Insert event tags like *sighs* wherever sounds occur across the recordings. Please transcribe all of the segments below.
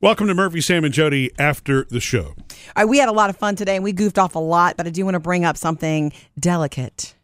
Welcome to Murphy, Sam, and Jody after the show. All right, we had a lot of fun today and we goofed off a lot, but I do want to bring up something delicate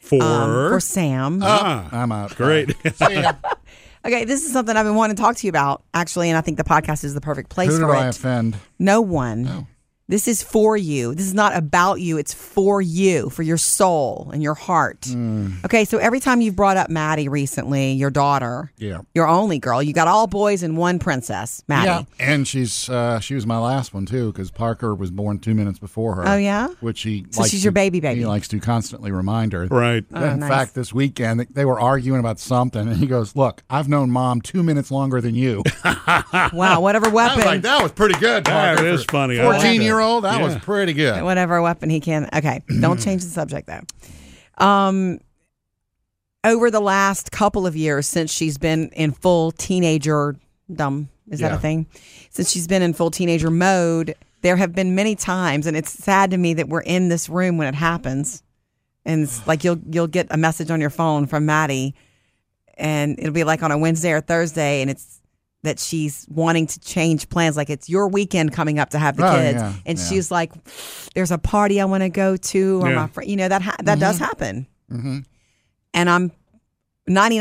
For, um, for Sam. ah, I'm out. Uh, great. okay, this is something I've been wanting to talk to you about, actually, and I think the podcast is the perfect place Who did for I Oh. it. offend? No one. This is for you. This is not about you. It's for you, for your soul and your heart. Hmm. Okay, so every time you've brought up Maddie recently, your daughter, Yeah. your only girl, you got all boys and one princess, Maddie. and she's uh, she was my last one too because Parker was born two minutes before her. Oh, yeah? which he So likes she's your to- baby baby. Oh, He likes to constantly remind her. right. In nice. fact, this weekend they- they were arguing about something, and he goes, "Look, I've known mom two minutes longer *laughs* than you." *laughs* Wow, whatever I was like, weapon, "That was pretty good." That Parker, is for funny. I like that. Fourteen-year-old, that was Yeah. pretty good. whatever weapon he can. Okay, *clears throat* don't Hmm. change the subject though. Um, over the last couple of years since she's been in full teenager dumb is that a Yeah. thing since she's been in full teenager mode there have been many times and it's sad to me that we're in this room when it happens and it's like you'll you'll get a message on your phone from Maddie and it'll be like on a Wednesday or Thursday and it's that she's wanting to change plans like it's your weekend coming up to have the Oh, kids yeah, and yeah. she's like there's a party I want to go to or Yeah. my friend you know that ha- that does happen hmm and I'm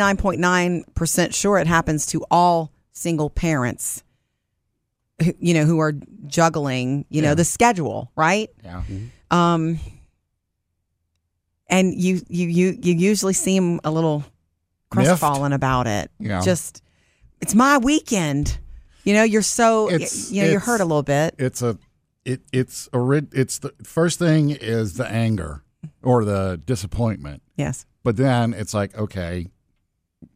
99.9% sure it happens to all single parents who- you know who are juggling you know the schedule right Yeah. um and you you you you usually seem a little Miffed? crestfallen about it Yeah. just it's my weekend you know you're so y- It's- you know you're it's- hurt a little bit it's a it it's a rid- it's the first thing is the anger or the disappointment. yes But then it's like, okay,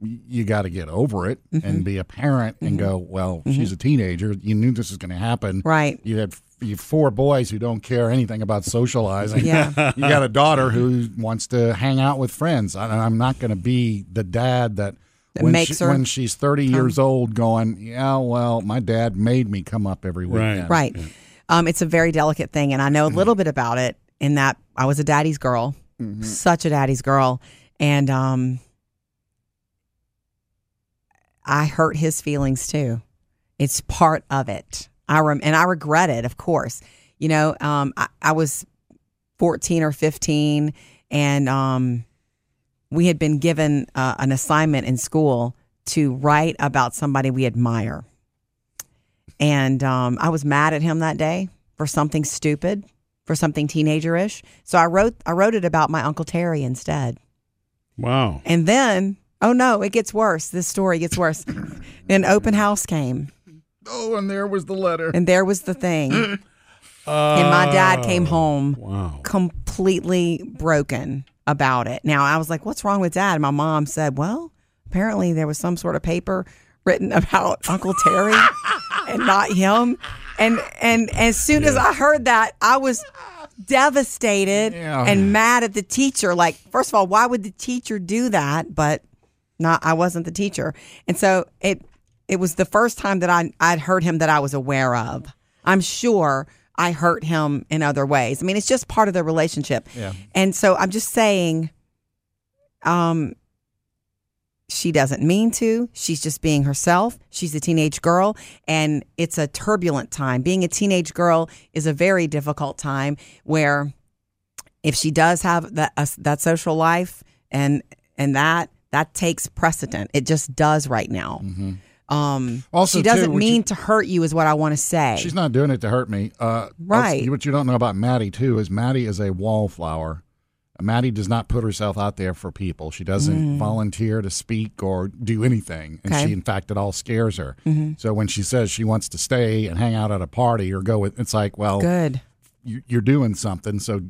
y- you got to get over it Mm-hmm. and be a parent and go, well, she's a teenager. You knew this was going to happen. right You had you have four boys who don't care anything about socializing. yeah *laughs* you got a daughter who wants to hang out with friends. And I'm not going to be the dad that. That when makes she- her- when she's 30 years old going, yeah, well, my dad made me come up every Right. weekend. Right. Um, it's a very delicate thing. And I know a little bit about it in that I was a daddy's girl, Mm-hmm. such a daddy's girl. And um, I hurt his feelings too. It's part of it. I rem- and I regret it, of course. You know, um, I, I was 14 or 15 and um, we had been given uh, an assignment in school to write about somebody we admire and um, I was mad at him that day for something stupid, for something teenagerish. So I wrote I wrote it about my uncle Terry instead. Wow. And then, oh no, it gets worse. This story gets worse. An open house came, Oh, and there was the letter. and there was the thing. and my dad came home Uh, Wow. completely broken about it. Now I was like, "What's wrong with Dad?" And my mom said, "Well, apparently there was some sort of paper written *laughs* about Uncle Terry and not him." And and as soon as I heard that, I was devastated Yeah. and mad at the teacher. Like, first of all, why would the teacher do that? But not I wasn't the teacher, and so it it was the first time that I I'd heard him that I was aware of. I'm sure I hurt him in other ways. I mean, it's just part of the relationship. Yeah. And so I'm just saying, um, she doesn't mean to. She's just being herself. She's a teenage girl, and it's a turbulent time. Being a teenage girl is a very difficult time where if she does have that uh, that social life and and that that takes precedent. It just does right now. Um, Mm-hmm. Also, she doesn't too, would mean you- to hurt you, is what I want to say. She's not doing it to hurt me. Uh, Right. also, What you don't know about Maddie too is Maddie is a wallflower. Maddie does not put herself out there for people. She doesn't volunteer to speak or do anything, and Mm. Okay. Mm-hmm. she, in fact, it all scares her. So when she says she wants to stay and hang out at a party or go with, it's like, well, good. you- you're doing something, so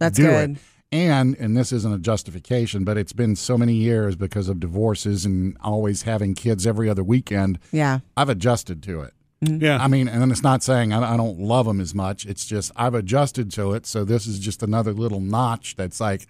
That's do good. it. And and this isn't a justification, but it's been so many years because of divorces and always having kids every other weekend. Yeah. I've adjusted to it. Yeah. *laughs* I mean, and it's not saying I, I don't love them as much. It's just I've adjusted to it. So this is just another little notch that's like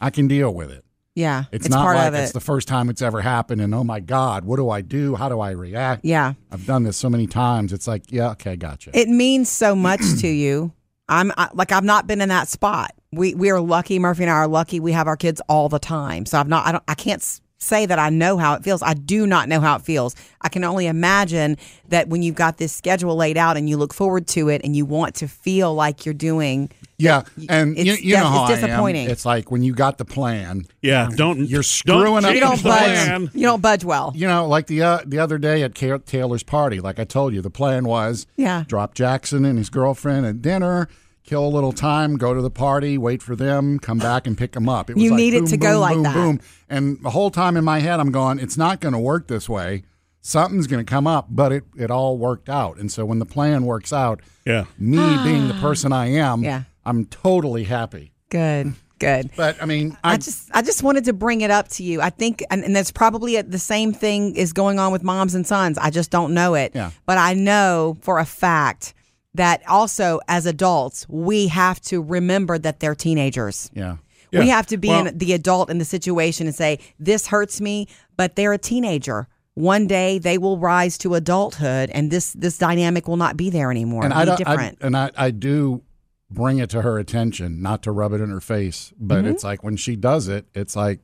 I can deal with it. Yeah. It's, not part like of it. it's the first time it's ever happened. And oh my God, what do I do? How do I react? yeah. I've done this so many times. It's like, yeah, okay, gotcha. It means so much to you. I'm I, like I've not been in that spot. We we are lucky. Murphy and I are lucky. We have our kids all the time, so I've not. I don't. I can't s- say that I know how it feels. I do not know how it feels. I can only imagine that when you've got this schedule laid out and you look forward to it and you want to feel like you're doing Yeah, and you, it's you know def- how it's I am. disappointing. It's like when you got the plan. Yeah, don't You're don't screwing up change you don't the budge plan. you don't budge well. You know, like the uh, the other day at Ca- Taylor's party, like I told you, the plan was Yeah. drop Jackson and his girlfriend at dinner, kill a little time, go to the party, wait for them, come back and pick them up. It *laughs* was You like need it boom, to go boom, like boom, that. Boom. And the whole time in my head, I'm going, it's not going to work this way. Something's going to come up, but it, it all worked out. And so when the plan works out, Yeah. me being the *sighs* person I am, Yeah. I'm totally happy. Good. Good. But I mean, I I, just I just wanted to bring it up to you. I think and, and that's probably the same thing is going on with moms and sons. I just don't know it. Yeah. But I know for a fact that also as adults, we have to remember that they're teenagers. yeah. We Yeah. have to be Well- in the adult in the situation and say, This hurts me, but they're a teenager. One day they will rise to adulthood and this this dynamic will not be there anymore. and It'll I be don't, different. I, and I, I do bring it to her attention, not to rub it in her face, but Mm-hmm. it's like when she does it, it's like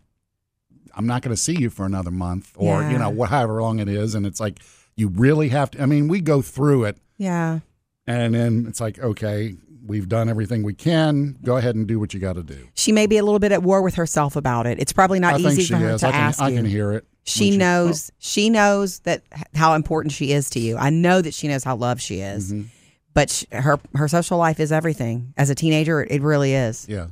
I'm not going to see you for another month, or you Yeah. know, wh- however long it is, and it's like you really have to. I mean, we go through it, yeah. and then it's like, okay, we've done everything we can. Go ahead and do what you got to do. She may be a little bit at war with herself about it. It's probably not I easy think she for her is. to I can, ask I you. can hear it. She when knows she knows that h- how important she is to you. I know that she knows how loved she is. Mm-hmm. But sh her her social life is everything. As a teenager, it really is. Yeah.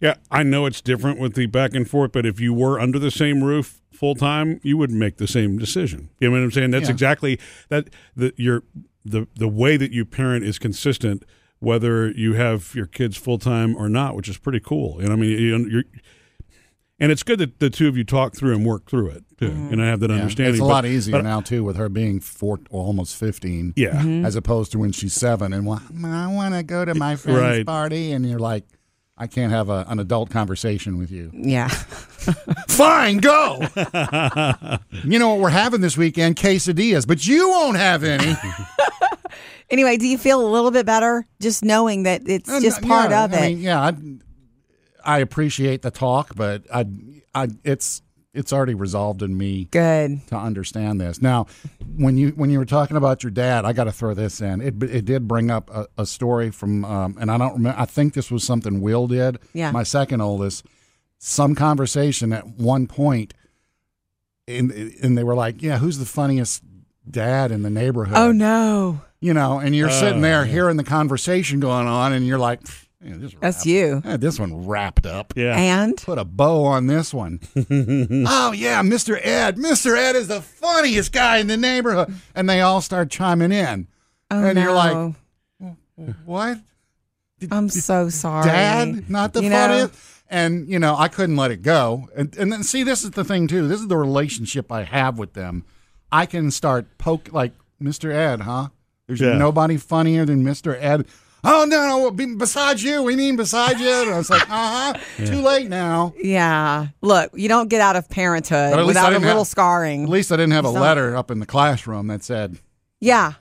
Yeah, I know it's different with the back and forth, but if you were under the same roof full time, you would make the same decision. You know what I'm saying? That's Yeah. exactly that. The your the the way that you parent is consistent, whether you have your kids full time or not, which is pretty cool. And I mean, you- you're. And it's good that the two of you talk through and work through it too, and I have that Mm-hmm. Yeah. understanding. It's a but- lot easier but- now too, with her being four, or almost fifteen. Yeah, Mm-hmm. as opposed to when she's seven and well, I want to go to my friend's Right. party, and you're like, I can't have a, an adult conversation with you. *laughs* Yeah. Fine, go. *laughs* you know what we're having this weekend? Quesadillas, but you won't *laughs* have any. *laughs* anyway, do you feel a little bit better just knowing that it's just part Oh, Yeah, of it? I mean, yeah, I, I appreciate the talk, but I, I, it's it's already resolved in me. Good. to understand this. Now, when you when you were talking about your dad, I got to throw this in. It it did bring up a, a story from, um, and I don't remember. I think this was something Will did. Yeah. My second oldest, some conversation at one point, and and they were like, "Yeah, who's the funniest dad in the neighborhood?" Oh no. You know, and you're sitting there hearing the conversation going on, and you're like, "Man, this That's wrap- you. eh, this one wrapped up." yeah. And Put a bow on *laughs* this one. oh yeah, Mr. Ed. Mr. Ed is the funniest guy in the neighborhood, and they all start chiming in. oh and no. you're like, "What, I'm so sorry. Dad? Not the You know? funniest?" And you know, I couldn't let it go. And and then see, this is the thing too. This is the relationship I have with them. I can start poke like Mr. Ed, huh? There's Yeah. nobody funnier than Mr. Ed. Oh no, no, be- besides you, we mean besides you. And I *laughs* was like, uh huh, too late now. Yeah. Look, you don't get out of But at parenthood least I without a didn't little have- scarring. At least I didn't have a It's not- letter up in the classroom that said, Yeah.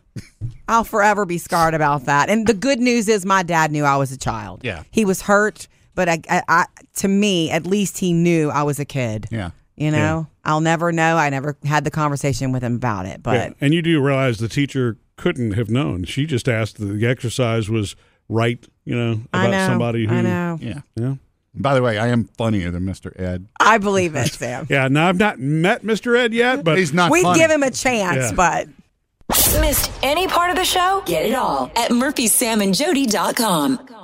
I'll forever be scarred about that. And the good news is my dad knew I was a child. Yeah. He was hurt, but I, I, I to me, at least he knew I was a kid. yeah. You know, I'll never know. I never had the conversation with him about it, Yeah, but and you do realize the teacher couldn't have known. She just asked that the exercise was right, you know, I about know. somebody who. I *laughs* know. Yeah. Yeah. By the way, I am funnier than Mr. Ed. I believe it, Sam. Yeah. Now I've not met Mr. Ed yet, but He's not We'd funny. give him a chance, Yeah. but Missed any part of the show? Get it all at murphysamandjody.com.